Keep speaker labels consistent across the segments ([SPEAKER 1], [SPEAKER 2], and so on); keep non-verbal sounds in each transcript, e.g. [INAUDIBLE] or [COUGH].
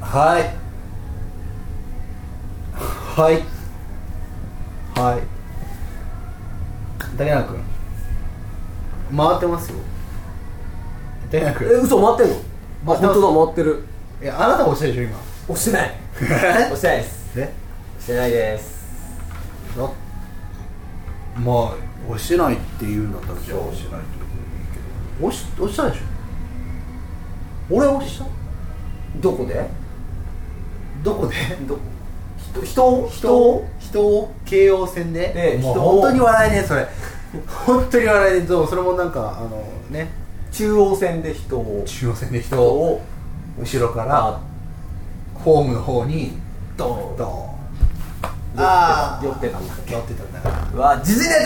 [SPEAKER 1] はいはいはい竹中君回ってますよ竹中
[SPEAKER 2] え
[SPEAKER 1] 君
[SPEAKER 2] 嘘回ってんのあ
[SPEAKER 1] 回ってま
[SPEAKER 2] 本
[SPEAKER 1] す
[SPEAKER 2] 当だ回ってる
[SPEAKER 1] いやあなた押したでしょ今
[SPEAKER 2] 押してない
[SPEAKER 1] え
[SPEAKER 3] 押してないです
[SPEAKER 1] え
[SPEAKER 3] 押してないです
[SPEAKER 1] だまあ押してないって言うんだったらじゃあ押してないってことでいいけど押し押したでしょ俺押した
[SPEAKER 3] どこで
[SPEAKER 1] どこで
[SPEAKER 3] どこ人人
[SPEAKER 1] 人を人を京王線で、
[SPEAKER 3] ええ
[SPEAKER 1] もう
[SPEAKER 3] 人を
[SPEAKER 1] 本当に笑えねえそれ本当に笑えねえそうそれもなんかあのね
[SPEAKER 3] 中央線で人を
[SPEAKER 1] 中央線で人
[SPEAKER 3] 人
[SPEAKER 1] を
[SPEAKER 3] を
[SPEAKER 1] 後ろから
[SPEAKER 3] あ
[SPEAKER 1] ホームの方に
[SPEAKER 3] ドーン
[SPEAKER 1] ドーン
[SPEAKER 3] あ
[SPEAKER 1] ー
[SPEAKER 3] 酔ってたんだ
[SPEAKER 1] 酔ってたんだか
[SPEAKER 3] うわ時事ネ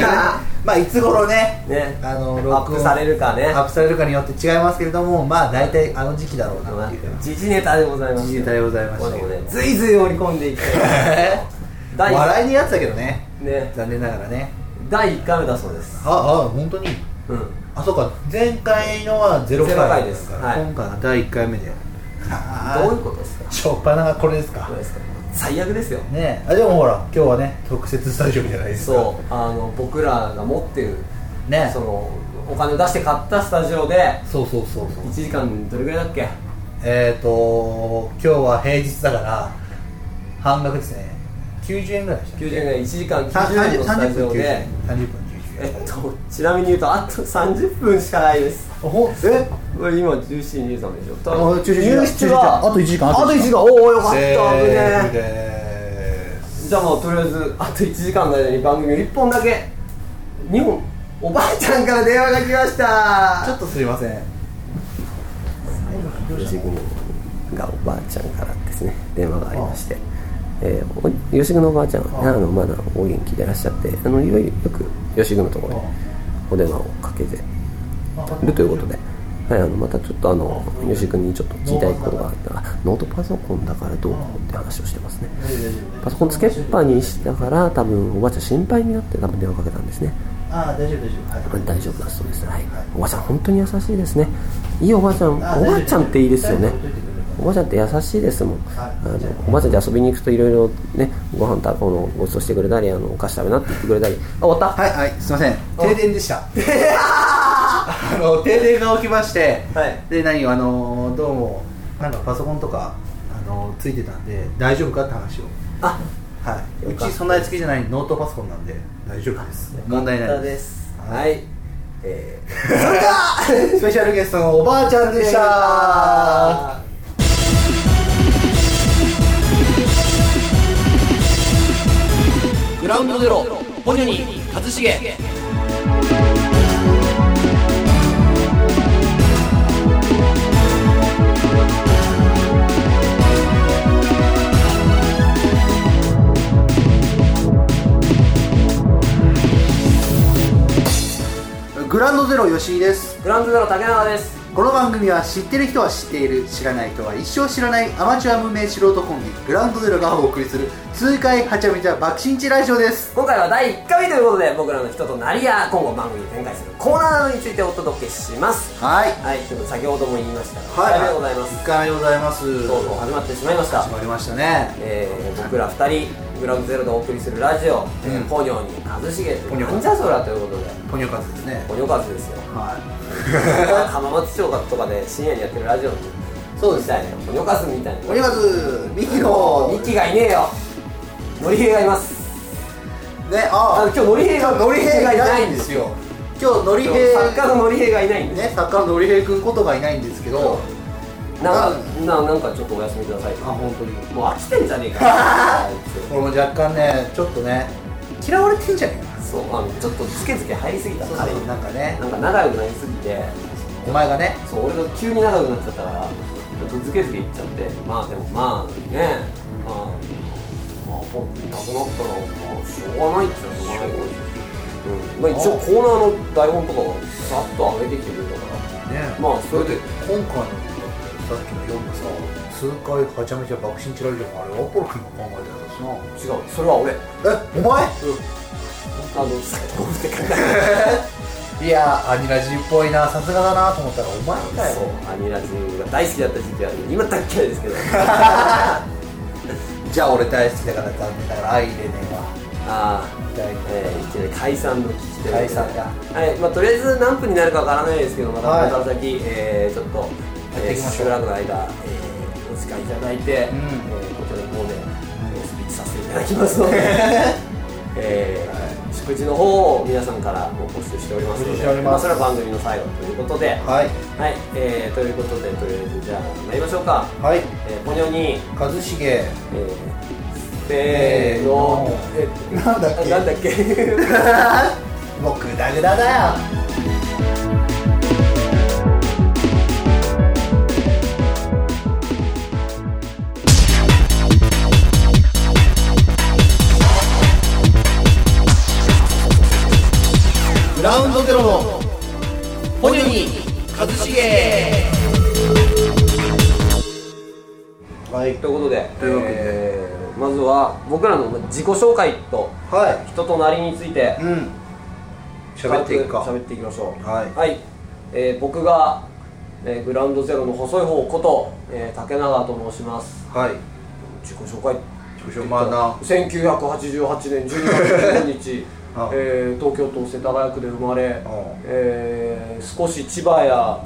[SPEAKER 1] ら [LAUGHS] まあいつ頃ね
[SPEAKER 3] タね
[SPEAKER 1] あの録音
[SPEAKER 3] アップされるかね
[SPEAKER 1] アップされるかによって違いますけれどもまあ大体あの時期だろうなっていう
[SPEAKER 3] 時事ネタでございます
[SPEAKER 1] 時事ネタでございましたけど
[SPEAKER 3] これもねずいずい織り込んでいって
[SPEAKER 1] [LAUGHS]
[SPEAKER 3] 第
[SPEAKER 1] 笑いにやってたけどね
[SPEAKER 3] ね
[SPEAKER 1] 残念ながらね
[SPEAKER 3] 第1回目だそうです
[SPEAKER 1] ああ本当に
[SPEAKER 3] うん
[SPEAKER 1] あそうか前回のはゼロ回
[SPEAKER 3] ゼロ回です
[SPEAKER 1] だから
[SPEAKER 3] はい
[SPEAKER 1] 今回は第1回目で
[SPEAKER 3] どうい
[SPEAKER 1] は
[SPEAKER 3] うことですか
[SPEAKER 1] あしょっぱながこれですか
[SPEAKER 3] どうですか最悪ですよ
[SPEAKER 1] ねえあでもほら今日はね特設スタジオじゃないですか
[SPEAKER 3] そうあの僕らが持ってる
[SPEAKER 1] うね
[SPEAKER 3] そのお金を出して買ったスタジオで
[SPEAKER 1] そうそうそうそう
[SPEAKER 3] 1時間どれぐらいだっけ
[SPEAKER 1] えっ、ー、と今日は平日だから半額ですね90円ぐらいでした
[SPEAKER 3] 90円が1時間
[SPEAKER 1] さ
[SPEAKER 3] 90円のスタ
[SPEAKER 1] 30
[SPEAKER 3] ジ
[SPEAKER 1] 分90
[SPEAKER 3] オで
[SPEAKER 1] 円30分90
[SPEAKER 3] え
[SPEAKER 1] 円
[SPEAKER 3] っとちなみに言うとあと30分しかないです
[SPEAKER 1] あほんえ
[SPEAKER 3] これ今17時23でしょ多
[SPEAKER 1] あ
[SPEAKER 3] 分
[SPEAKER 1] 駐車
[SPEAKER 3] 入室は
[SPEAKER 1] あと1時間
[SPEAKER 3] あと1時間おおよかった
[SPEAKER 1] セー
[SPEAKER 3] 危
[SPEAKER 1] フ
[SPEAKER 3] ね
[SPEAKER 1] です
[SPEAKER 3] じゃあもうとりあえずあと1時間の間に番組を1本だけ2本おばあちゃんから電話が来ました
[SPEAKER 1] ちょっとすいません
[SPEAKER 3] 吉国がおばあちゃんからですね電話がありまして、えー、お吉国のおばあちゃんは
[SPEAKER 1] ああ
[SPEAKER 3] 奈良のまだお元気でいらっしゃってあのいよいよく吉国のところに
[SPEAKER 1] あ
[SPEAKER 3] お電話をかけてるということで。はい、あのまたちょっとあの吉井君にちょっと聞きたいことがあったらノートパソコンだからどうこうって話をしてますねパソコンつけっぱにしたから多分おばあちゃん心配になって多分電話かけたんですね
[SPEAKER 1] ああ大丈夫大丈夫はい
[SPEAKER 3] 大丈夫だそうです、はい、おばあちゃん本当に優しいですねいいおばあちゃんお
[SPEAKER 1] あ大丈夫
[SPEAKER 3] ばあちゃんっていいですよね
[SPEAKER 1] 大丈夫大丈
[SPEAKER 3] おばあちゃんって優しいですもん、
[SPEAKER 1] はい
[SPEAKER 3] あのおばあちゃんって遊びに行くといろいろねご飯たこのごちそうしてくれたりあのお菓子食べなって言ってくれたりあ終わった、
[SPEAKER 1] はいはいすいません停電でした [LAUGHS] あの停電が起きまして、
[SPEAKER 3] はい
[SPEAKER 1] で何あのどうもなんかパソコンとかあのついてたんで大丈夫かって話を
[SPEAKER 3] あ
[SPEAKER 1] はい
[SPEAKER 3] よ
[SPEAKER 1] う
[SPEAKER 3] かった
[SPEAKER 1] ち備え付きじゃないノートパソコンなんで大丈夫です問題ない
[SPEAKER 3] で
[SPEAKER 1] です
[SPEAKER 3] すはいえ
[SPEAKER 1] スペシャルゲストのおばあちゃん
[SPEAKER 3] ー
[SPEAKER 1] でした
[SPEAKER 3] グラウンドゼロポニョニー一茂
[SPEAKER 1] グランドゼロ吉井です
[SPEAKER 3] グラウンドゼロ竹中です
[SPEAKER 1] この番組は知ってる人は知っている知らない人は一生知らないアマチュア無名素人コンビグランドゼロがお送りする痛快はちゃめちゃ爆心地ラジオです
[SPEAKER 3] 今回は第1回目ということで僕らの人となりや今後番組に展開するコーナーなどについてお届けします
[SPEAKER 1] はい
[SPEAKER 3] はいということで先ほども言いましたが1回目でございます
[SPEAKER 1] 1回目でございます
[SPEAKER 3] そうそう始まってしまいました
[SPEAKER 1] 始まりましたね
[SPEAKER 3] えー、僕ら2人グラムゼロでお送りするラジオ「えー
[SPEAKER 1] うん
[SPEAKER 3] ポニョに一茂」と
[SPEAKER 1] ポ
[SPEAKER 3] い
[SPEAKER 1] ニ
[SPEAKER 3] う
[SPEAKER 1] ョ
[SPEAKER 3] なんじゃそらということで
[SPEAKER 1] ポニョカズですね
[SPEAKER 3] ポニョカズです
[SPEAKER 1] [LAUGHS]
[SPEAKER 3] よ
[SPEAKER 1] は
[SPEAKER 3] 浜松町とかで深夜にやってるラジオって
[SPEAKER 1] そうです
[SPEAKER 3] ねポニョカズみたいない
[SPEAKER 1] [LAUGHS] ポニョカズミキの
[SPEAKER 3] ミキがいねえよノリヘイがいます
[SPEAKER 1] ねあ
[SPEAKER 3] あ今日ノリ兵が
[SPEAKER 1] ノリ兵がいないんですよ今日ノリ
[SPEAKER 3] 作
[SPEAKER 1] 兵
[SPEAKER 3] 家のノリヘイがいないんで、
[SPEAKER 1] ね作家のノリ兵君ことがいないんですけど
[SPEAKER 3] なんかななんかちょっとお休みください
[SPEAKER 1] あ本当に
[SPEAKER 3] もう飽きてんじゃねえか
[SPEAKER 1] [LAUGHS]
[SPEAKER 3] あいつ
[SPEAKER 1] これも若干ねちょっとね嫌われてんじゃねえかな
[SPEAKER 3] そうあのちょっとつけつけ入りすぎた
[SPEAKER 1] そう
[SPEAKER 3] 彼
[SPEAKER 1] そう
[SPEAKER 3] に
[SPEAKER 1] なんかね
[SPEAKER 3] なんか仲良くなりすぎて
[SPEAKER 1] お前がね
[SPEAKER 3] そう俺が急に長くなっちゃったから続けずに行っちゃってまあでもまあねまあまあ本当になくなったらまあしょうがないっちゃしょうがないうんまあ、一応コーナーの台本とかはさっと上げてきてくれたから
[SPEAKER 1] ね
[SPEAKER 3] まあそれで
[SPEAKER 1] 今回のさっきの夜もさ数回はちゃめちゃ爆心地ラジオもあれアポロ君が考え
[SPEAKER 3] 違うそれは俺うん
[SPEAKER 1] てたしなえお前 [LAUGHS]
[SPEAKER 3] あのさどうって考え
[SPEAKER 1] いやアニラジっぽいなさすがだなと思ったらお前か
[SPEAKER 3] そ
[SPEAKER 1] よ
[SPEAKER 3] うアニラジンが大好きだった時期は今大っ嫌いですけど
[SPEAKER 1] [LAUGHS] じゃあ俺大好きだから残念ながら愛入れねえわ
[SPEAKER 3] ああ
[SPEAKER 1] 大体
[SPEAKER 3] えー、一年解散の危機ということで
[SPEAKER 1] 解散だ
[SPEAKER 3] はいまあ、とりあえず何分になるかわからないですけどまた
[SPEAKER 1] はい
[SPEAKER 3] これから先、えーちょっと
[SPEAKER 1] やっていきましょう
[SPEAKER 3] えーしばらくの間、えーお時間いただいて、
[SPEAKER 1] うん
[SPEAKER 3] えーこちらの方で、えースピーチさせていただきますので [LAUGHS] えー祝辞の方を皆さんからもう募集しておりますの
[SPEAKER 1] 募集し
[SPEAKER 3] で
[SPEAKER 1] ております
[SPEAKER 3] まあ、それは番組の最後ということでは
[SPEAKER 1] はい
[SPEAKER 3] い、えーということでとりあえずじゃあ参りましょうか、
[SPEAKER 1] はい
[SPEAKER 3] えーポニョに、
[SPEAKER 1] 一茂
[SPEAKER 3] えー、せーの、え
[SPEAKER 1] なんだっけ
[SPEAKER 3] なんだっけ
[SPEAKER 1] [LAUGHS] もうグダグダだよグラウンドゼロのポニョに一茂はい
[SPEAKER 3] ということで
[SPEAKER 1] というわけで
[SPEAKER 3] えーまずは僕らの自己紹介と
[SPEAKER 1] は
[SPEAKER 3] 人となりについて
[SPEAKER 1] いうん喋っていくか
[SPEAKER 3] 軽喋っていきましょう
[SPEAKER 1] はい
[SPEAKER 3] えー僕が、えーグラウンドゼロの細い方こと、えー竹永と申します
[SPEAKER 1] はい
[SPEAKER 3] 自己紹介
[SPEAKER 1] 自己紹介まあな
[SPEAKER 3] 1988年12月15日
[SPEAKER 1] [LAUGHS] あ
[SPEAKER 3] えー東京都世田谷区で生まれ
[SPEAKER 1] あ、
[SPEAKER 3] えー少し千葉や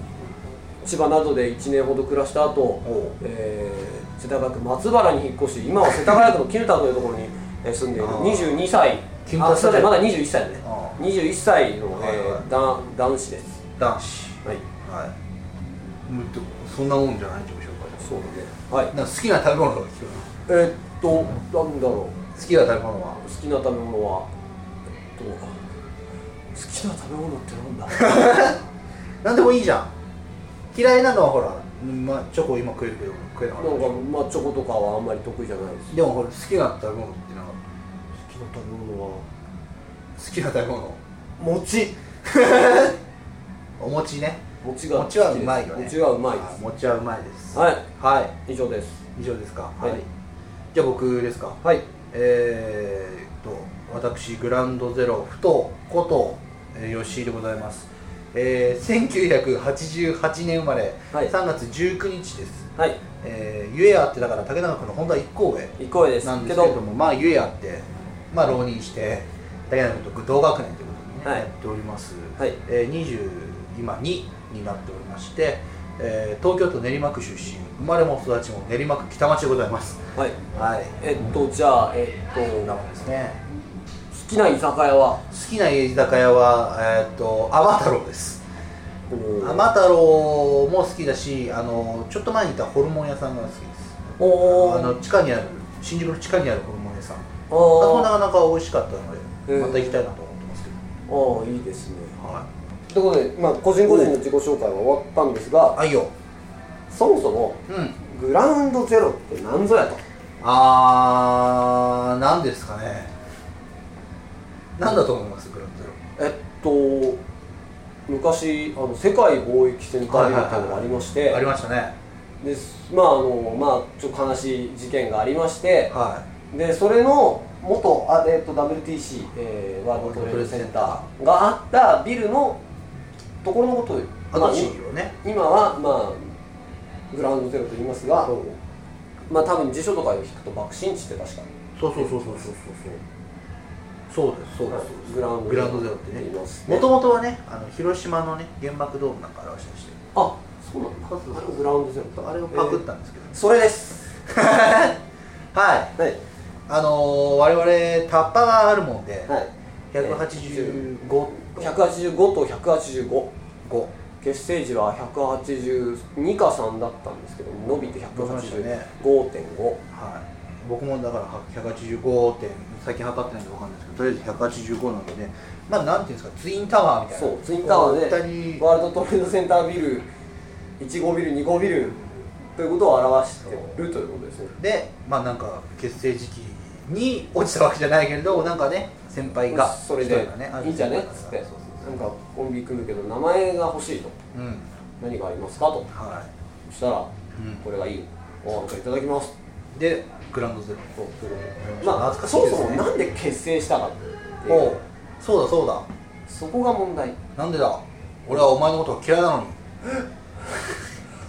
[SPEAKER 3] 千葉などで1年ほど暮らした後
[SPEAKER 1] おう、
[SPEAKER 3] えー世田谷区松原に引っ越し今は世田谷区の絹田というところにえー住んでいる
[SPEAKER 1] あー
[SPEAKER 3] 22歳
[SPEAKER 1] 絹
[SPEAKER 3] あ
[SPEAKER 1] 田
[SPEAKER 3] す
[SPEAKER 1] 世
[SPEAKER 3] いませ
[SPEAKER 1] 代
[SPEAKER 3] んまだ21歳だね
[SPEAKER 1] あー
[SPEAKER 3] 21歳の、
[SPEAKER 1] はいはい
[SPEAKER 3] えーだ男子です
[SPEAKER 1] 男子
[SPEAKER 3] はい
[SPEAKER 1] はい。もうとそんなもんじゃない自己紹介。
[SPEAKER 3] そうだねはい
[SPEAKER 1] なんか好きな食べ物とか聞く
[SPEAKER 3] えーっとなんだろう
[SPEAKER 1] の。好きな食べ物は
[SPEAKER 3] 好きな食べ物はえっと好きな食べ物って [LAUGHS] なんだ
[SPEAKER 1] なんでもいいじゃん。嫌いなのはほら、うんまあチョコ今食えるけど食えなか
[SPEAKER 3] な
[SPEAKER 1] っ
[SPEAKER 3] ん
[SPEAKER 1] たでし
[SPEAKER 3] かまあチョコとかはあんまり得意じゃないです
[SPEAKER 1] ょ。でもほら好きな食べ物ってなんか
[SPEAKER 3] 好きな食べ物は
[SPEAKER 1] 好きな食べ物。
[SPEAKER 3] 餅
[SPEAKER 1] お餅ね。
[SPEAKER 3] 餅が好き
[SPEAKER 1] 餅
[SPEAKER 3] です
[SPEAKER 1] はうまいよね。
[SPEAKER 3] 餅はうまいで
[SPEAKER 1] あ餅はうまいです。
[SPEAKER 3] すはい
[SPEAKER 1] は
[SPEAKER 3] 以上です
[SPEAKER 1] い。以上ですか。
[SPEAKER 3] はい
[SPEAKER 1] じゃあ僕ですか。
[SPEAKER 3] はい
[SPEAKER 1] えー、と私グランドゼロふとこと、えー、吉井でございます、えー、1988年生まれ、
[SPEAKER 3] はい
[SPEAKER 1] 3月19日です、
[SPEAKER 3] はい
[SPEAKER 1] えー、ゆえやってだから竹中君の本当は1個上
[SPEAKER 3] 一個上です
[SPEAKER 1] なんで
[SPEAKER 3] け
[SPEAKER 1] すけれど
[SPEAKER 3] ど
[SPEAKER 1] もまあゆえやってまあ浪人して竹中君と同学年ということでね、
[SPEAKER 3] はい
[SPEAKER 1] やっております、
[SPEAKER 3] はい
[SPEAKER 1] えー、20今2になっておりまして、えー、東京都練馬区出身生まれも育ちも練馬区北町でございます
[SPEAKER 3] はい
[SPEAKER 1] はい
[SPEAKER 3] えっとじゃあえっと
[SPEAKER 1] こんなもんですね
[SPEAKER 3] 好きな居酒屋は
[SPEAKER 1] 好きな家居酒屋は、えーっと天太郎です天太郎も好きだしあのちょっと前にいたホルモン屋さんが好きです
[SPEAKER 3] お
[SPEAKER 1] あの
[SPEAKER 3] お
[SPEAKER 1] 地下にある新宿の地下にあるホルモン屋さんあそこな
[SPEAKER 3] あ
[SPEAKER 1] かなか美味しかったので
[SPEAKER 3] へー
[SPEAKER 1] また行きたいなと思ってますけど
[SPEAKER 3] あいいですね
[SPEAKER 1] は
[SPEAKER 3] ということでまあ個人個人の自己紹介は終わったんですが
[SPEAKER 1] いあいいよ
[SPEAKER 3] そもそも
[SPEAKER 1] うん
[SPEAKER 3] グラウンドゼロって何ぞやと
[SPEAKER 1] あー何ですかね何だと思いますグランドゼロ
[SPEAKER 3] えっと昔あの世界貿易センタービルっていうのがありまして、
[SPEAKER 1] ありましたね
[SPEAKER 3] ですまああのまあちょっと悲しい事件がありまして
[SPEAKER 1] は
[SPEAKER 3] でそれの元あえっと WTC、えーワールドトレードセンターがあったビルのところのことを
[SPEAKER 1] いあ
[SPEAKER 3] まあ
[SPEAKER 1] と地位をね
[SPEAKER 3] 今はまあグラウンドゼロと言いますが
[SPEAKER 1] そう
[SPEAKER 3] まあ多分辞書とかで聞くと爆心地って確か
[SPEAKER 1] そうそうそうそうそうそうそうですそうですそうです
[SPEAKER 3] グラウンド
[SPEAKER 1] グラウンドゼロって
[SPEAKER 3] 言い
[SPEAKER 1] ね
[SPEAKER 3] ますね
[SPEAKER 1] もともとはねあの広島のね原爆ドームなんか表したりして
[SPEAKER 3] あそうなんだ
[SPEAKER 1] そうそうそう
[SPEAKER 3] あれもグラウンドゼロ
[SPEAKER 1] あれをパクったんですけど、
[SPEAKER 3] それです
[SPEAKER 1] [LAUGHS] はい
[SPEAKER 3] はい
[SPEAKER 1] あのー、我々タッパがあるもんで、
[SPEAKER 3] はい
[SPEAKER 1] 185
[SPEAKER 3] 185と185
[SPEAKER 1] 5
[SPEAKER 3] 結成時は182か3だったんですけど伸びて
[SPEAKER 1] 伸びましたね
[SPEAKER 3] 185.5
[SPEAKER 1] はい僕もだから185点最近測ってないんでわかんないですけどとりあえず185なんでねまあなんていうんですかツインタワーみたいな
[SPEAKER 3] そうツインタワ
[SPEAKER 1] こ
[SPEAKER 3] ー
[SPEAKER 1] う二
[SPEAKER 3] で
[SPEAKER 1] 人
[SPEAKER 3] ワールドトレードセンタービル1号ビル2号ビルということを表してるということですね
[SPEAKER 1] でまあなんか結成時期に落ちたわけじゃないけれどなんかね先輩が
[SPEAKER 3] それで
[SPEAKER 1] 人がねあ
[SPEAKER 3] いいんじゃねっつって
[SPEAKER 1] そうそうそう
[SPEAKER 3] なんかコンビ組むけど名前が欲しいと
[SPEAKER 1] うん
[SPEAKER 3] 何がありますかと
[SPEAKER 1] は
[SPEAKER 3] そしたら
[SPEAKER 1] うん
[SPEAKER 3] これがいいおなんかいただきます
[SPEAKER 1] いでグランドゼロ
[SPEAKER 3] そうということで
[SPEAKER 1] まあ
[SPEAKER 3] まあ
[SPEAKER 1] 懐かし
[SPEAKER 3] そ
[SPEAKER 1] い
[SPEAKER 3] も
[SPEAKER 1] です
[SPEAKER 3] そ
[SPEAKER 1] ね
[SPEAKER 3] もなんで結成したかっていう
[SPEAKER 1] おうそうだそうだ
[SPEAKER 3] そこが問題
[SPEAKER 1] なんでだ俺はお前のことが嫌いなのに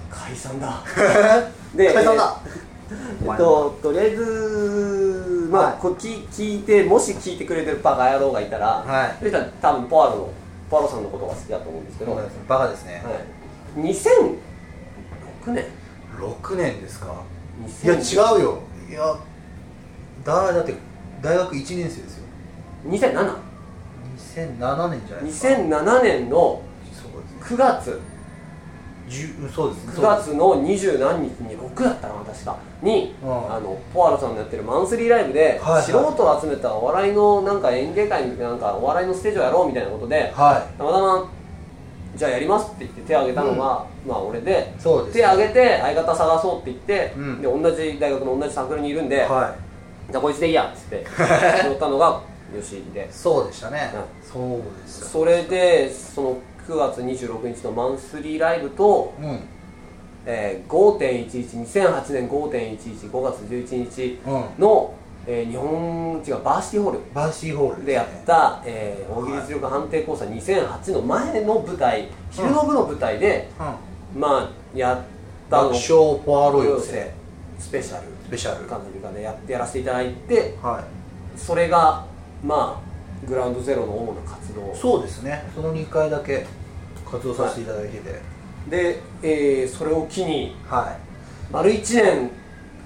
[SPEAKER 3] 解
[SPEAKER 1] [LAUGHS]
[SPEAKER 3] 散だ
[SPEAKER 1] え
[SPEAKER 3] で
[SPEAKER 1] 解散だ
[SPEAKER 3] えっと、とりあえず、まあ、
[SPEAKER 1] はい
[SPEAKER 3] こう聞聞いて、もし聞いてくれてるバカ野郎がいたら、
[SPEAKER 1] はい
[SPEAKER 3] それから多分ポアロの、ポアロさんのことが好きだと思うんですけど、はい、
[SPEAKER 1] バカですね
[SPEAKER 3] 2006年
[SPEAKER 1] 6年ですかいや違
[SPEAKER 3] 2000
[SPEAKER 1] うよいやだだって大学1年生ですよ
[SPEAKER 3] 2007?
[SPEAKER 1] 2007年じゃないですか
[SPEAKER 3] 2007年の
[SPEAKER 1] そうですね
[SPEAKER 3] 9月、
[SPEAKER 1] じゅそうですね
[SPEAKER 3] 9月の二十何日に6だったかな確かに、
[SPEAKER 1] うん
[SPEAKER 3] あのポアロさんのやってるマンスリーライブで、
[SPEAKER 1] はいはい
[SPEAKER 3] 素人を集めたお笑いのなんか演芸会みたいななんかお笑いのステージをやろうみたいなことで
[SPEAKER 1] は
[SPEAKER 3] たまたまじゃあやりますって言って手を挙げたのが、まあ俺で
[SPEAKER 1] いそうです
[SPEAKER 3] 手を挙げて相方探そうって言って、
[SPEAKER 1] うん
[SPEAKER 3] で同じ大学の同じサークルにいるんで、
[SPEAKER 1] は
[SPEAKER 3] じゃあこいつでいいや
[SPEAKER 1] [LAUGHS]
[SPEAKER 3] っつって拾ったのが吉井で
[SPEAKER 1] いそうでしたね
[SPEAKER 3] う
[SPEAKER 1] そうですよ
[SPEAKER 3] それでその9月26日のマンスリーライブと
[SPEAKER 1] うん
[SPEAKER 3] えー、5.112008年5.115月11日
[SPEAKER 1] うん
[SPEAKER 3] の、えー日本違うバーシティホー
[SPEAKER 1] バーシーホール
[SPEAKER 3] ル
[SPEAKER 1] すね
[SPEAKER 3] でやった、えー大喜利実力判定講座2008の前の舞台昼の部の舞台で、
[SPEAKER 1] うん
[SPEAKER 3] まあやった
[SPEAKER 1] 爆
[SPEAKER 3] の
[SPEAKER 1] 笑ポアロ寄
[SPEAKER 3] 寄
[SPEAKER 1] せ
[SPEAKER 3] せスペシャル
[SPEAKER 1] スペシャル
[SPEAKER 3] 感じでやってやらせていただいて
[SPEAKER 1] は
[SPEAKER 3] それがまあグラウンドゼロの主な活動
[SPEAKER 1] いそうですねその2回だけ活動させていただいてて
[SPEAKER 3] で、えーそれを機に
[SPEAKER 1] は
[SPEAKER 3] 丸1年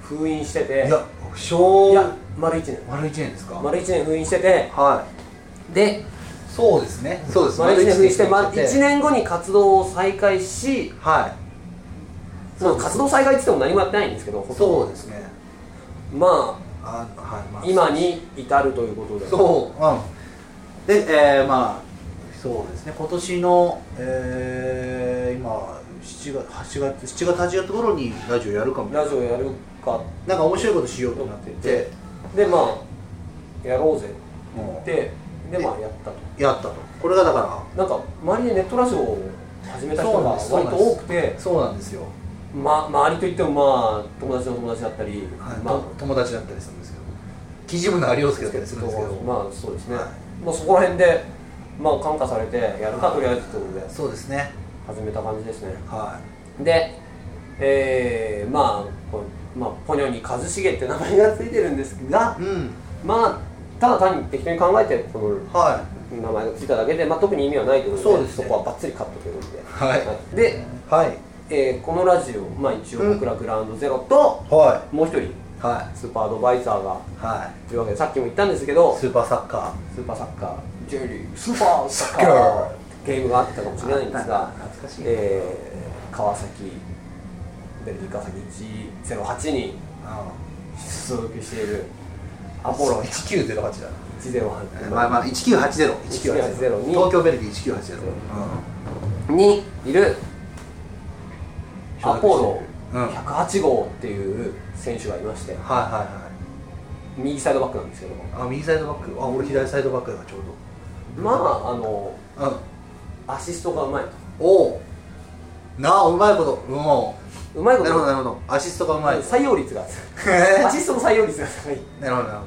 [SPEAKER 3] 封印して
[SPEAKER 1] い
[SPEAKER 3] て
[SPEAKER 1] いや小
[SPEAKER 3] いや丸1年
[SPEAKER 1] 丸1年ですか
[SPEAKER 3] 丸1年封印してて
[SPEAKER 1] は
[SPEAKER 3] で
[SPEAKER 1] いそうですねそうです
[SPEAKER 3] 丸1年封印して丸
[SPEAKER 1] 一
[SPEAKER 3] 1年後に活動を再開し
[SPEAKER 1] は
[SPEAKER 3] まあ活動再開って言っても何もやってないんですけど
[SPEAKER 1] い
[SPEAKER 3] ほとんど
[SPEAKER 1] そうですね
[SPEAKER 3] ま
[SPEAKER 1] あはいまあ
[SPEAKER 3] あ今に至るということで
[SPEAKER 1] そううんでえー、まあそうですね今年のえー、今7月8月7月8月頃にラジオやるかも
[SPEAKER 3] ラジオやるか
[SPEAKER 1] なんか面白いことしようとなってて
[SPEAKER 3] でまあやろうぜ
[SPEAKER 1] もう
[SPEAKER 3] ってで
[SPEAKER 1] で
[SPEAKER 3] まあやったと
[SPEAKER 1] やったとこれがだか
[SPEAKER 3] なんか周りでネットラジオを始めた人が
[SPEAKER 1] そう
[SPEAKER 3] 割
[SPEAKER 1] なん
[SPEAKER 3] と
[SPEAKER 1] です
[SPEAKER 3] 多くて
[SPEAKER 1] ら、そうなんですよ、
[SPEAKER 3] ま、周りといってもまあ友達の友達だったり、
[SPEAKER 1] はい
[SPEAKER 3] まあ
[SPEAKER 1] と友達だったりするんですけど記事部の有吉だったりするんですけど、
[SPEAKER 3] まあそうですね、
[SPEAKER 1] はい
[SPEAKER 3] まあ、そこら辺で、まあ、感化されてやるかとりあえずということで
[SPEAKER 1] そうですね
[SPEAKER 3] 始めた感じですね
[SPEAKER 1] は
[SPEAKER 3] でえー、まあこう、まあ、ポニョに一茂って名前がついてるんですが
[SPEAKER 1] いうん
[SPEAKER 3] まあただ単に適当に考えてこの
[SPEAKER 1] は
[SPEAKER 3] 名前がついただけで、まあ、特に意味はないということで
[SPEAKER 1] そうですね
[SPEAKER 3] そこはバッツリカットということで、
[SPEAKER 1] はい
[SPEAKER 3] で、
[SPEAKER 1] いはい
[SPEAKER 3] えーこのラジオ、まあ、一応僕らグラウンドゼロと、
[SPEAKER 1] は
[SPEAKER 3] もう一人
[SPEAKER 1] いは
[SPEAKER 3] スーパーアドバイザーが
[SPEAKER 1] いはい
[SPEAKER 3] るわけでさっきも言ったんですけど
[SPEAKER 1] いスーパーサッカ
[SPEAKER 3] スーパーサッカー J リーグスーパーサッカ
[SPEAKER 1] サッ
[SPEAKER 3] ー
[SPEAKER 1] カ
[SPEAKER 3] ゲームがあったかもしれないんですが
[SPEAKER 1] 懐かしい
[SPEAKER 3] えー川崎ベルディ川崎108に
[SPEAKER 1] ー
[SPEAKER 3] 所属しているアポロ
[SPEAKER 1] 1908だ
[SPEAKER 3] 108
[SPEAKER 1] まあまあ1980
[SPEAKER 3] 1980
[SPEAKER 1] 1980東京ベルディ1980、うん、
[SPEAKER 3] にいるアポロ
[SPEAKER 1] うん
[SPEAKER 3] 108号っていう選手がいまして
[SPEAKER 1] はいは
[SPEAKER 3] 右サイドバックなんですけど
[SPEAKER 1] いはいあ右サイドバックあ俺左サイドバックだからちょう
[SPEAKER 3] まああの
[SPEAKER 1] どうん
[SPEAKER 3] アシストがうまいと
[SPEAKER 1] おおなあうまいことう
[SPEAKER 3] うまい
[SPEAKER 1] ん
[SPEAKER 3] こ
[SPEAKER 1] なるほど
[SPEAKER 3] と
[SPEAKER 1] なるほどアシストがうまい
[SPEAKER 3] 採用率がアシストの採用率が高い
[SPEAKER 1] なるほどなるほ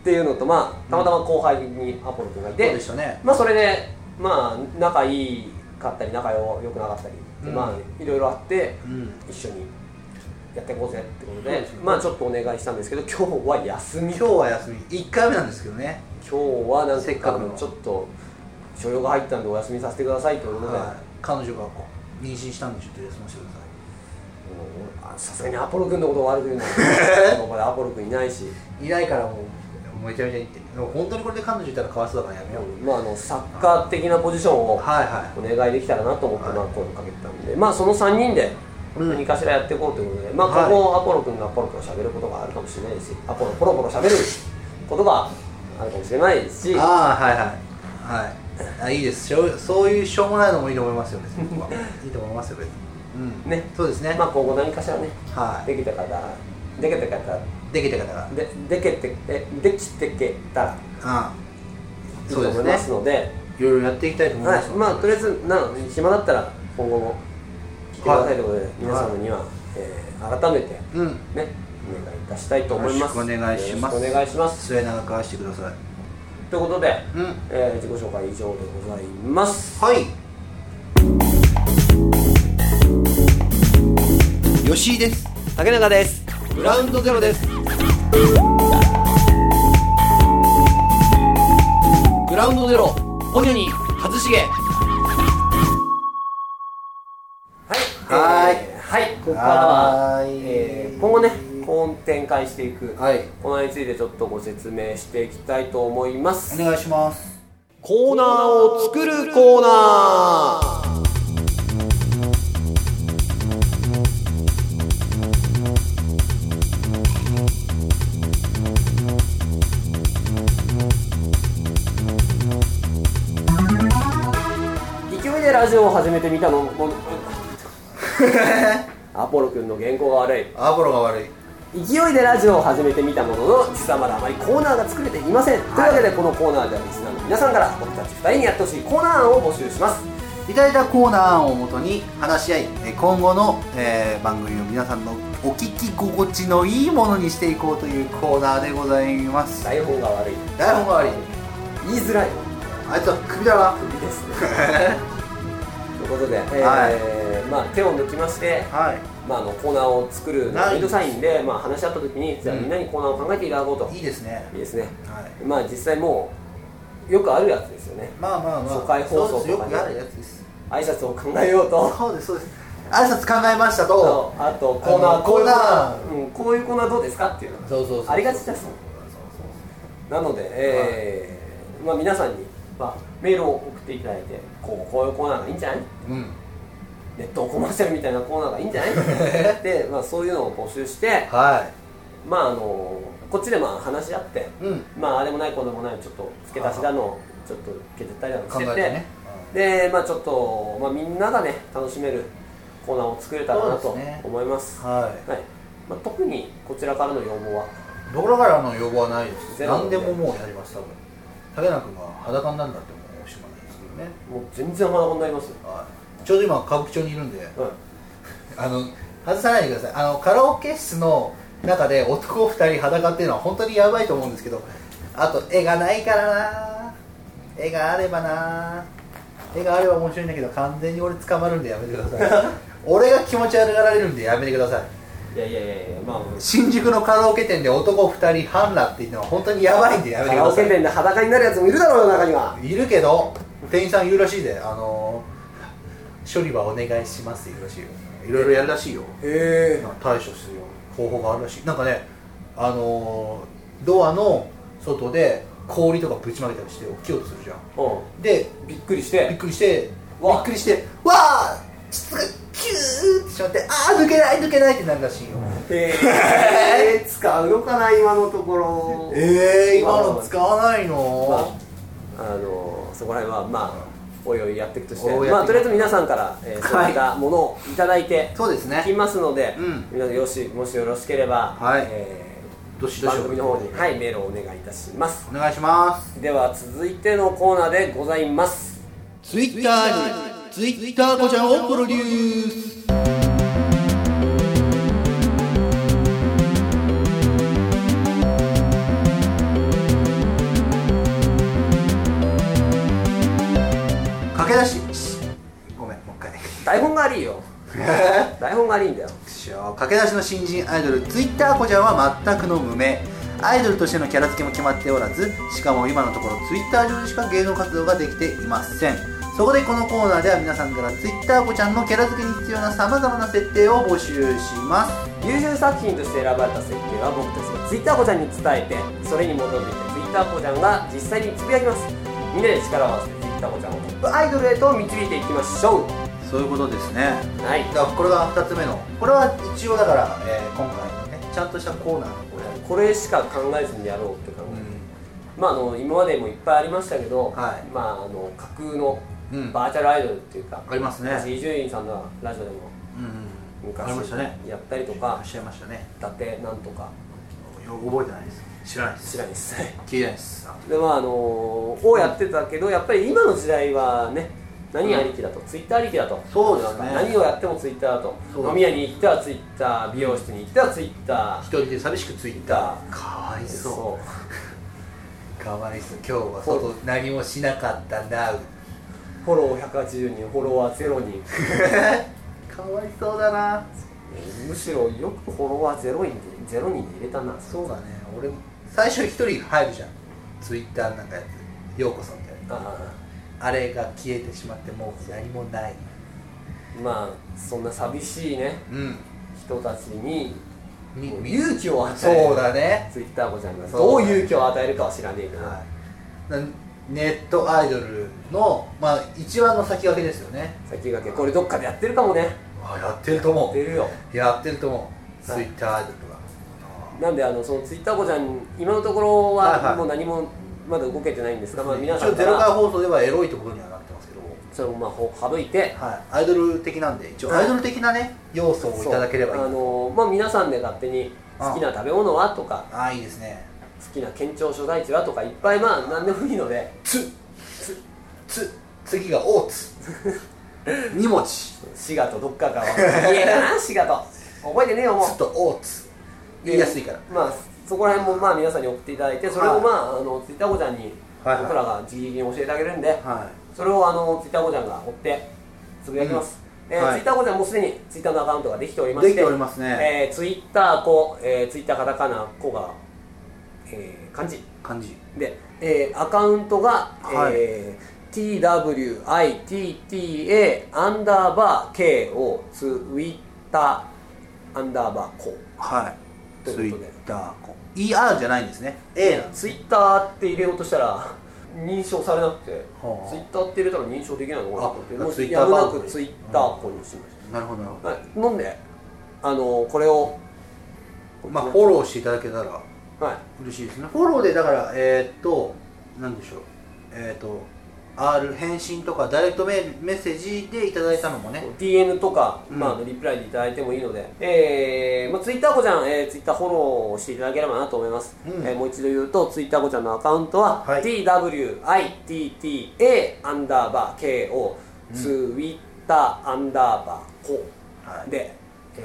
[SPEAKER 3] っていうのと、まあ、たまたま後輩にアポロ君がい
[SPEAKER 1] ど
[SPEAKER 3] て、
[SPEAKER 1] そうでしたね
[SPEAKER 3] まあ、それで、まあ、仲いいかったり仲良くなかったり、
[SPEAKER 1] うん
[SPEAKER 3] まあ、いろいろあって、
[SPEAKER 1] うん
[SPEAKER 3] 一緒にやっていこうぜってこと
[SPEAKER 1] そう
[SPEAKER 3] で
[SPEAKER 1] ですね
[SPEAKER 3] まあ、ちょっとお願いしたんですけど今日は休み
[SPEAKER 1] 今
[SPEAKER 3] 今
[SPEAKER 1] 日は休み1回目なんですけどね
[SPEAKER 3] 日はなん
[SPEAKER 1] せっか
[SPEAKER 3] かあ
[SPEAKER 1] くの
[SPEAKER 3] のちょっと所用が入ったんでお休みさせてくださいということで、
[SPEAKER 1] はい彼女がこう妊娠したんでちょっと休ませてくださ
[SPEAKER 3] もうあさすがにアポロ君のことを悪く言うの
[SPEAKER 1] [LAUGHS]
[SPEAKER 3] はここでアポロ君いないし、
[SPEAKER 1] いいないからもうめちゃめちゃ言ってでも本当にこれで彼女いたらかわいそうだからやめよう、
[SPEAKER 3] まあ、あのサッカー的なポジションを
[SPEAKER 1] はいは
[SPEAKER 3] お願いできたらなと思って、まあ、声をかけてたんで、まあ、その3人で
[SPEAKER 1] うん
[SPEAKER 3] 何かしらやっていこうということで、まあ、
[SPEAKER 1] はい
[SPEAKER 3] ここアポロ君がポロポロ喋ることがあるかもしれないしアポロポロポロ喋ることがあるかもしれないし
[SPEAKER 1] いああはいはいはいあいいですしょうそういうしょうもないのもいいと思いますよね僕はいいと思いますよ別にうん
[SPEAKER 3] ね
[SPEAKER 1] そうですね、
[SPEAKER 3] まあ、今後何かしらね
[SPEAKER 1] はい
[SPEAKER 3] できた方できた方
[SPEAKER 1] できた方が
[SPEAKER 3] ででけてえできてけたら
[SPEAKER 1] うん
[SPEAKER 3] いいと
[SPEAKER 1] そうで
[SPEAKER 3] 思
[SPEAKER 1] す
[SPEAKER 3] います
[SPEAKER 1] ね
[SPEAKER 3] ので
[SPEAKER 1] いろいろやっていきたいと思い
[SPEAKER 3] は
[SPEAKER 1] ます
[SPEAKER 3] い
[SPEAKER 1] ので
[SPEAKER 3] まあ、とりあえずな暇だったら今後も来てくださいということで、
[SPEAKER 1] はい
[SPEAKER 3] 皆様には、えー改めて
[SPEAKER 1] うん
[SPEAKER 3] ねお願いいたしたいと思います
[SPEAKER 1] よろしくお願いします
[SPEAKER 3] よろしくお願いします
[SPEAKER 1] 末永く愛してください
[SPEAKER 3] とということで、
[SPEAKER 1] うん
[SPEAKER 3] えー自己紹介以上でございます
[SPEAKER 1] はい吉井です
[SPEAKER 3] 竹中です
[SPEAKER 1] グラウンドゼロですグラウンドゼロポニョに一茂は
[SPEAKER 3] はい
[SPEAKER 1] い
[SPEAKER 3] えーはいここからは
[SPEAKER 1] はい
[SPEAKER 3] えー今後ね今後展開していく、
[SPEAKER 1] はい
[SPEAKER 3] コーナーについてちょっとご説明していきたいと思います
[SPEAKER 1] お願いします
[SPEAKER 3] コーナーを作るコーナー勢いでラジオを始めてみたのもアポロ君の原稿が悪い
[SPEAKER 1] アポロが悪い
[SPEAKER 3] 勢いでラジオを始めてみたものの実はまだあまりコーナーが作れていません、というわけでこのコーナーではリスナーの皆さんから僕たち2人にやってほしいコーナー案を募集します
[SPEAKER 1] いただいたコーナー案をもとに話し合いえー今後の、えー番組を皆さんのお聞き心地のいいものにしていこうというコーナーでございます
[SPEAKER 3] 台本が悪い
[SPEAKER 1] 台本が悪い
[SPEAKER 3] 言いづらい
[SPEAKER 1] あいつは首だな
[SPEAKER 3] 首ですねということで、えーまあ、手を抜きまして、
[SPEAKER 1] [LAUGHS] はい
[SPEAKER 3] まあ、あのコーナーを作る
[SPEAKER 1] はい
[SPEAKER 3] ミッドサインで、まあ、話し合った時にじゃあみんなにコーナーを考えていただこうと、
[SPEAKER 1] い
[SPEAKER 3] い
[SPEAKER 1] いですね
[SPEAKER 3] いですね
[SPEAKER 1] はい
[SPEAKER 3] まあ実際もうよくあるやつですよね
[SPEAKER 1] まあまあまあ
[SPEAKER 3] 初回放
[SPEAKER 1] そう
[SPEAKER 3] 送
[SPEAKER 1] です
[SPEAKER 3] と
[SPEAKER 1] よ
[SPEAKER 3] かね
[SPEAKER 1] くあるやつです
[SPEAKER 3] 挨拶を考えようと
[SPEAKER 1] そうですそうです挨拶考えましたと
[SPEAKER 3] あとコーナ
[SPEAKER 1] あ
[SPEAKER 3] ー
[SPEAKER 1] の
[SPEAKER 3] こういうコーナ
[SPEAKER 1] コ
[SPEAKER 3] ー、うん、こういうコーナーどうですかっていうのが
[SPEAKER 1] そうそうそう
[SPEAKER 3] ありがちですもんなので、えーまあ、皆さんに、まあ、メールを送っていただいてこうこういうコーナーがいいんじゃない
[SPEAKER 1] うん
[SPEAKER 3] ネットコマーシャルみたいなコーナーがいいんじゃない
[SPEAKER 1] [LAUGHS]
[SPEAKER 3] で、まあ、そういうのを募集して、
[SPEAKER 1] は
[SPEAKER 3] まあ、あのこっちでまあ話し合って、
[SPEAKER 1] いうん
[SPEAKER 3] まあ、あれもないこれもないちょっと付け足しだのちょっと削ったりだのし
[SPEAKER 1] 考
[SPEAKER 3] て
[SPEAKER 1] え
[SPEAKER 3] て
[SPEAKER 1] てね
[SPEAKER 3] で、まあ、ちょっと、まあ、みんながね楽しめるコーナーを作れたらな
[SPEAKER 1] そ
[SPEAKER 3] と
[SPEAKER 1] うですね
[SPEAKER 3] 思います
[SPEAKER 1] はい
[SPEAKER 3] はいまあ、特にこちらからの要望は
[SPEAKER 1] 僕らからの要望はないです
[SPEAKER 3] ゼロ
[SPEAKER 1] 何でももうやります多分竹中君が裸になるんだってもうおしまいですけどね、
[SPEAKER 3] もう全然学んなりますよ、
[SPEAKER 1] はい、ちょうど今歌舞伎町にいるんで
[SPEAKER 3] はい、
[SPEAKER 1] あの外さないでくださいあのカラオケ室の中で男2人裸っていうのは本当にやばいと思うんですけどあと絵がないからな絵があればな絵があれば面白いんだけど完全に俺捕まるんでやめてくだ [LAUGHS] さい俺が気持ち悪がられるんでやめてください
[SPEAKER 3] いやいやいやいやまあ
[SPEAKER 1] 新宿のカラオケ店で男2人半裸っていうのは本当にやばいんでやめ
[SPEAKER 3] カ
[SPEAKER 1] てく
[SPEAKER 3] ラ
[SPEAKER 1] だ
[SPEAKER 3] オケ
[SPEAKER 1] さ
[SPEAKER 3] 店で裸になるやつもいるだろうよ中にはい
[SPEAKER 1] いるけど店員さんいるらしいであの処理はお願いしますって言うらしいよいろいろやるらしいよ
[SPEAKER 3] へ
[SPEAKER 1] なんか対処する方法があるらしいなんかねあのードアの外で氷とかぶちまけたりして起きようとするじゃん
[SPEAKER 3] う
[SPEAKER 1] で
[SPEAKER 3] んびっくりし
[SPEAKER 1] びってくりしてび
[SPEAKER 3] わあ
[SPEAKER 1] っくりしてわあ膣がキューってしまってああ抜けない抜けないってなるらしいよ
[SPEAKER 3] えー、使うのかな今のところ
[SPEAKER 1] えー、今の使わないの
[SPEAKER 3] まあ、あのそこら辺はまあおいおいやっていくとして
[SPEAKER 1] おいおいや
[SPEAKER 3] ま
[SPEAKER 1] って
[SPEAKER 3] あ、
[SPEAKER 1] いく
[SPEAKER 3] とりあえず皆さんから、えー、そういったものをいただいて
[SPEAKER 1] そうですね
[SPEAKER 3] いきますので、
[SPEAKER 1] うん
[SPEAKER 3] 皆さんよしもしよろしければ、
[SPEAKER 1] はい
[SPEAKER 3] え
[SPEAKER 1] どし
[SPEAKER 3] ー
[SPEAKER 1] どし
[SPEAKER 3] 番組の方に、はい、メールをお願いいたします
[SPEAKER 1] お願いします
[SPEAKER 3] では続いてのコーナーでございます
[SPEAKER 1] ツイッターにツイッターこちゃんをプロデュース駆け出しごめんもう一回
[SPEAKER 3] 台本があ
[SPEAKER 1] [LAUGHS]
[SPEAKER 3] りよ台本がありんだよ
[SPEAKER 1] しよう駆け出しの新人アイドルツイッターこちゃんは全くの無名アイドルとしてのキャラ付けも決まっておらずしかも今のところツイッター上でしか芸能活動ができていませんそこでこのコーナーでは皆さんからツイッターこちゃんのキャラ付けに必要なさまざまな設定を募集します
[SPEAKER 3] 優秀作品として選ばれた設定は僕たちがツイッターこちゃんに伝えてそれに基づいてツイッターこちゃんが実際につぶやきますみんなで力を合わせてツイッターこちゃんをトップアイドルへと導いていきましょ
[SPEAKER 1] そういうことですね
[SPEAKER 3] うはい
[SPEAKER 1] だからこれが2つ目のこれは一応だから、えー今回のねちゃんとしたコーナーのこれ
[SPEAKER 3] これしか考えずにやろうって考え、まああの今までもいっぱいありましたけど、
[SPEAKER 1] はい
[SPEAKER 3] まああの架空の
[SPEAKER 1] うん
[SPEAKER 3] バーチャルアイドルっていうか、
[SPEAKER 1] ありますね
[SPEAKER 3] 私伊集院さんのラジオでも
[SPEAKER 1] うん
[SPEAKER 3] 昔
[SPEAKER 1] ありましたね
[SPEAKER 3] やったりと
[SPEAKER 1] あ
[SPEAKER 3] か
[SPEAKER 1] っしゃいましたね
[SPEAKER 3] 伊達なんとか
[SPEAKER 1] よ覚えてないです知らないで
[SPEAKER 3] 知らないですね
[SPEAKER 1] 聞いてないですあ
[SPEAKER 3] でまああのをやってたけどやっぱり今の時代はね何ありきだと、ツイッターありきだと
[SPEAKER 1] そうだね
[SPEAKER 3] 何をやってもツイッターだと
[SPEAKER 1] そう
[SPEAKER 3] 飲み屋に行ってはツイッター美容室に行ってはツイッター
[SPEAKER 1] 一人で寂しくツイッターかわい
[SPEAKER 3] そう
[SPEAKER 1] かわいそう今日は外何もしなかったなう
[SPEAKER 3] フォロー180人フォロワー0人
[SPEAKER 1] かわいそうだな
[SPEAKER 3] むしろよくフォロワー0人で0人に入れたな
[SPEAKER 1] そうだね俺最初一人入るじゃんツイッターなんかやってようこそみたいな
[SPEAKER 3] あ
[SPEAKER 1] あれが消えてしまってもう何もない
[SPEAKER 3] あまあそんな寂しいね
[SPEAKER 1] うん
[SPEAKER 3] 人たちに
[SPEAKER 1] に
[SPEAKER 3] こう勇気を与える
[SPEAKER 1] そうだね、
[SPEAKER 3] ツイッターごちゃんがど
[SPEAKER 1] そううだね
[SPEAKER 3] 勇気を与えるかは知らねえけど、
[SPEAKER 1] はい、なネットアイドルの、まあ、一番の先駆けですよね
[SPEAKER 3] 先駆けこれどっかでやってるかもね
[SPEAKER 1] あやってると思
[SPEAKER 3] やってるよ
[SPEAKER 1] うやってると思うツ
[SPEAKER 3] はい
[SPEAKER 1] イッターアイドルは
[SPEAKER 3] なんであのそのツイッターごちゃん今のところ
[SPEAKER 1] はいは
[SPEAKER 3] はいもう何もまだ動けてないんですが、まあ、皆
[SPEAKER 1] 一
[SPEAKER 3] さん
[SPEAKER 1] 応
[SPEAKER 3] か
[SPEAKER 1] ゼロ回
[SPEAKER 3] ら
[SPEAKER 1] 放送ではエロいところにはなってますけど
[SPEAKER 3] それをまあほ省いて
[SPEAKER 1] はい、アイドル的なんで一応アイドル的なね要素をいただければいい
[SPEAKER 3] そうあのまあ皆さんで勝手に好きな食べ物はとか
[SPEAKER 1] ああいいですね
[SPEAKER 3] 好きな県庁所在地はとかいっぱいまあ何でもいいので
[SPEAKER 1] つつ次が大津二文字
[SPEAKER 3] 滋賀とどっかかはいえかな滋賀と覚えてねえよもう
[SPEAKER 1] つと大津言いやすいから
[SPEAKER 3] まあそこら辺もまあ皆さんに送っていただいてそれを
[SPEAKER 1] はい
[SPEAKER 3] まああのツイッターごちゃんに僕
[SPEAKER 1] はい
[SPEAKER 3] らが直々に教えてあげるんで
[SPEAKER 1] は
[SPEAKER 3] それをあのツイッターごちゃんが追ってつぶやきます、
[SPEAKER 1] うん
[SPEAKER 3] えー
[SPEAKER 1] はい
[SPEAKER 3] ツイッターごちゃんもうすでにツイッターのアカウントができておりまして
[SPEAKER 1] できておりますね
[SPEAKER 3] えーツイッターこ、えーツイッターカタカナこが、えー漢字
[SPEAKER 1] い漢字
[SPEAKER 3] で、えーアカウントが、
[SPEAKER 1] はい
[SPEAKER 3] えー TWITTA アンダーバー KO ツイッターアンダーバーこ
[SPEAKER 1] はい
[SPEAKER 3] と
[SPEAKER 1] ツ
[SPEAKER 3] い
[SPEAKER 1] イ
[SPEAKER 3] うことで
[SPEAKER 1] ッター ER じゃないんですね A なんです
[SPEAKER 3] ツイッターって入れようとしたら [LAUGHS] 認証されなくて、
[SPEAKER 1] あ
[SPEAKER 3] ツイッターって入れたら認証できないのかなと思って
[SPEAKER 1] あ
[SPEAKER 3] もう
[SPEAKER 1] ツイッタ
[SPEAKER 3] や
[SPEAKER 1] ー
[SPEAKER 3] む
[SPEAKER 1] バ
[SPEAKER 3] な
[SPEAKER 1] ーコード
[SPEAKER 3] くツイッターこにしまし
[SPEAKER 1] なるほどなるほ
[SPEAKER 3] た、はい、なんであのこれを
[SPEAKER 1] どまあフォローしていただけたら
[SPEAKER 3] はい
[SPEAKER 1] 嬉しいですねフォローでだからえーっとなんでしょうえーっと R 返信とかダイレクトメメッセージでいただいたのもね
[SPEAKER 3] DN とか、
[SPEAKER 1] うん
[SPEAKER 3] まあ、リプライでいただいてもいいので、えーまあ、ツイッターごちゃん、えー、ツイッターフォローしていただければなと思います、
[SPEAKER 1] うん
[SPEAKER 3] えーもう一度言うとツイッターごちゃんのアカウントは、
[SPEAKER 1] はい
[SPEAKER 3] TWITTA アンダーバー KO ツイッターアンダーバーコ
[SPEAKER 1] はい
[SPEAKER 3] で、えー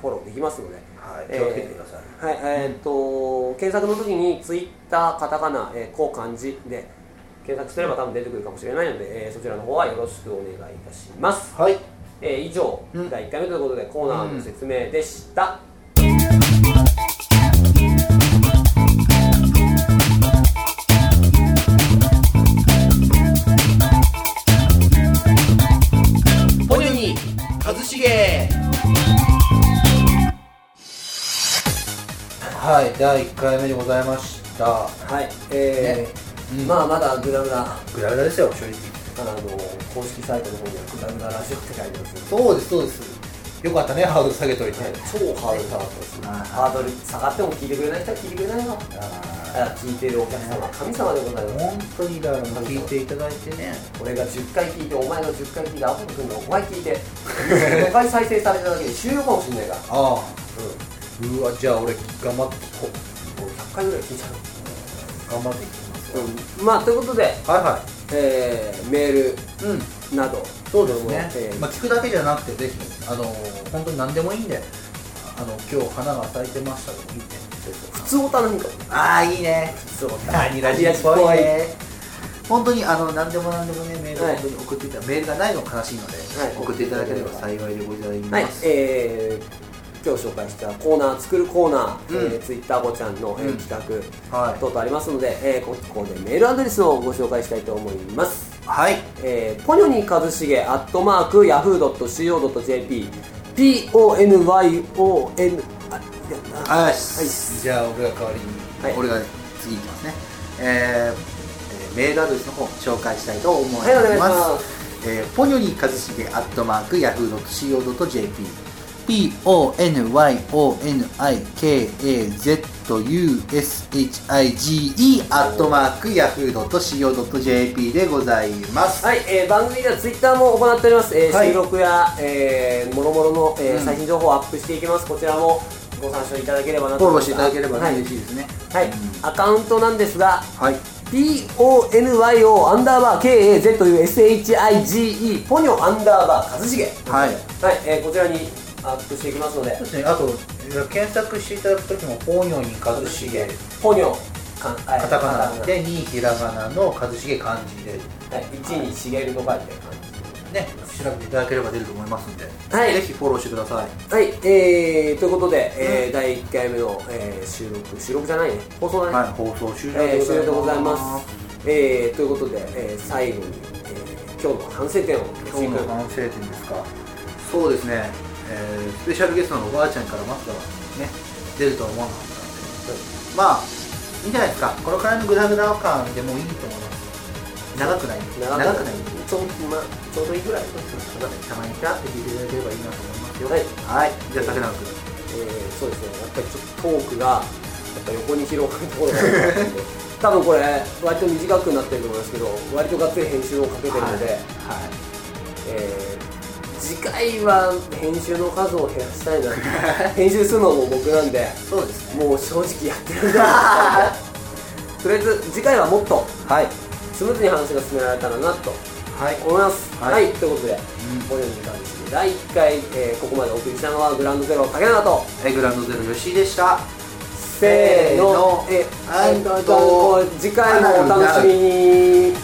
[SPEAKER 3] フォローできますので、
[SPEAKER 1] はい気をつけてください
[SPEAKER 3] えーはいえーっと検索の時にツイッターカタカナ、えー、こう漢字で検索すれば多分出てくるかもしれないので、えーそちらの方はよろしくお願いいたします
[SPEAKER 1] はい
[SPEAKER 3] えー以上、
[SPEAKER 1] うん
[SPEAKER 3] 第1回目ということでコーナーの説明でした、
[SPEAKER 1] ポニョに一茂はい第1回目でございました
[SPEAKER 3] はいえー
[SPEAKER 1] ねうん
[SPEAKER 3] まあまだグダグダあ
[SPEAKER 1] グラグラですよ正直
[SPEAKER 3] の公式サイトの方にはグダグダラジオって書いてます
[SPEAKER 1] そうですそうですよかったねハードル下げといて、
[SPEAKER 3] はい超ハードル高かったですね
[SPEAKER 1] はい
[SPEAKER 3] ハードル下がっても聞いてくれない人は聞いてくれないの
[SPEAKER 1] あ
[SPEAKER 3] あ聞いてるお客様神様でござい
[SPEAKER 1] ー
[SPEAKER 3] ます
[SPEAKER 1] 本当にだから聞いていただいてね
[SPEAKER 3] 俺が10回聞いてお前が10回聞いてアポロ君が5回聞いて5回再生されただけで終了かもしれないから
[SPEAKER 1] ああ
[SPEAKER 3] う
[SPEAKER 1] うわじゃあ俺頑張って聞こうん
[SPEAKER 3] もう100回ぐらい聞いちゃ
[SPEAKER 1] 頑張って聞きます
[SPEAKER 3] う、まあということで、
[SPEAKER 1] はいは
[SPEAKER 3] えーメー
[SPEAKER 1] いうん
[SPEAKER 3] ルなど
[SPEAKER 1] そうですね、
[SPEAKER 3] えー
[SPEAKER 1] まあ、聞くだけじゃなくてぜひあのー本当に何でもいいんであの今日花が咲いてましたとかいいね
[SPEAKER 3] 普通オタなんかも
[SPEAKER 1] ああいいね
[SPEAKER 3] 普通オタ
[SPEAKER 1] 何ラジオっぽいね本当にあの何でも何でもねメールを
[SPEAKER 3] はい
[SPEAKER 1] 本当に送っていただ、メールがないの悲しいので、
[SPEAKER 3] い
[SPEAKER 1] 送っていただければ幸いでござい
[SPEAKER 3] はい
[SPEAKER 1] ます、
[SPEAKER 3] えー今日紹介したコーナー作るコーナー、
[SPEAKER 1] うん
[SPEAKER 3] えツイッター Twitter ごちゃんの、えー
[SPEAKER 1] うん
[SPEAKER 3] 企画、
[SPEAKER 1] はい
[SPEAKER 3] 等々ありますので、えーここでメールアドレスをご紹介したいと思います
[SPEAKER 1] はい
[SPEAKER 3] えー、ポニョにかずしげアットマークヤフー .co.jp PONYON あいやな
[SPEAKER 1] はい、
[SPEAKER 3] い
[SPEAKER 1] じゃあ俺が代わりに、
[SPEAKER 3] はい
[SPEAKER 1] 俺が次いきますねえーえーメールアドレスの方紹介したいと思います,、
[SPEAKER 3] はいお願いしま
[SPEAKER 1] えーポニョニーかずしげアットマークヤフー .co.jp ponyonikazushige アットマークヤフー .co.jp でございます
[SPEAKER 3] はい、えー番組ではツイッターも行っております、えー
[SPEAKER 1] はい
[SPEAKER 3] 収録や、えー、もろもろの、えー
[SPEAKER 1] うん
[SPEAKER 3] 最新情報をアップしていきますこちらもご参照いただければなと
[SPEAKER 1] フォ
[SPEAKER 3] 思い
[SPEAKER 1] ローして
[SPEAKER 3] ます
[SPEAKER 1] いただければね
[SPEAKER 3] はい
[SPEAKER 1] 嬉しいですね
[SPEAKER 3] はい
[SPEAKER 1] うん
[SPEAKER 3] アカウントなんですが
[SPEAKER 1] はい
[SPEAKER 3] PONYO アンダーバー KAZ という SHIGE ポニョアンダーバー一茂
[SPEAKER 1] はい
[SPEAKER 3] はい、えーこちらにアップしていきますので
[SPEAKER 1] そうですねあと検索していただく時もポニョニーかずしげ
[SPEAKER 3] ポニョカ
[SPEAKER 1] カタカナで2ひらがなの一茂漢字で
[SPEAKER 3] 1に茂るとかって感
[SPEAKER 1] ね調べていただければ出ると思いますんで、
[SPEAKER 3] はい
[SPEAKER 1] ぜひフォローしてください
[SPEAKER 3] じはいえー、ということで、えー第1回目の、えー収録収録じゃないね放送だね、
[SPEAKER 1] はい放送終了
[SPEAKER 3] え
[SPEAKER 1] で
[SPEAKER 3] ー、終了で
[SPEAKER 1] ご
[SPEAKER 3] ご
[SPEAKER 1] ざ
[SPEAKER 3] ざ
[SPEAKER 1] い
[SPEAKER 3] い
[SPEAKER 1] ま
[SPEAKER 3] ますすえー、ということで、えー最後に、えー今日の反省点を
[SPEAKER 1] 今日の反省点ですかそうですね、えースペシャルゲストのおばあちゃんからまさかね出るとは思わなかったんでまあいいんじゃないですかこのくらいのグダグダ感でもいいと思います長くない長くないんで
[SPEAKER 3] ちょ,、まあ、ちょうどいいぐらいのかな
[SPEAKER 1] たまにキラって聞いていただければいいなと思いますよ
[SPEAKER 3] は
[SPEAKER 1] はい
[SPEAKER 3] い
[SPEAKER 1] じゃあ竹中君
[SPEAKER 3] えーそうですね、やっぱりちょっとトークが、やっぱ横に広がるところがあるんで、多分これ、割と短くなってると思いますけど、割とがっつり編集をかけてるので、
[SPEAKER 1] はい
[SPEAKER 3] えー次回は編集の数を減らしたいな、 [LAUGHS] 編集するのも僕なんで、
[SPEAKER 1] そうですね
[SPEAKER 3] もう正直やって [LAUGHS] るんだとりあえず、次回はもっと
[SPEAKER 1] はい
[SPEAKER 3] スムーズに話が進められたらなと
[SPEAKER 1] はい
[SPEAKER 3] 思います。は、
[SPEAKER 1] はいい
[SPEAKER 3] ということで、これの時間ですね、第1回、えーここまでお送りしたのは、グランドゼロ竹中と。
[SPEAKER 1] エグランドゼロ吉井でした
[SPEAKER 3] せーの、
[SPEAKER 1] え
[SPEAKER 3] え、あんたと次回もお楽しみに。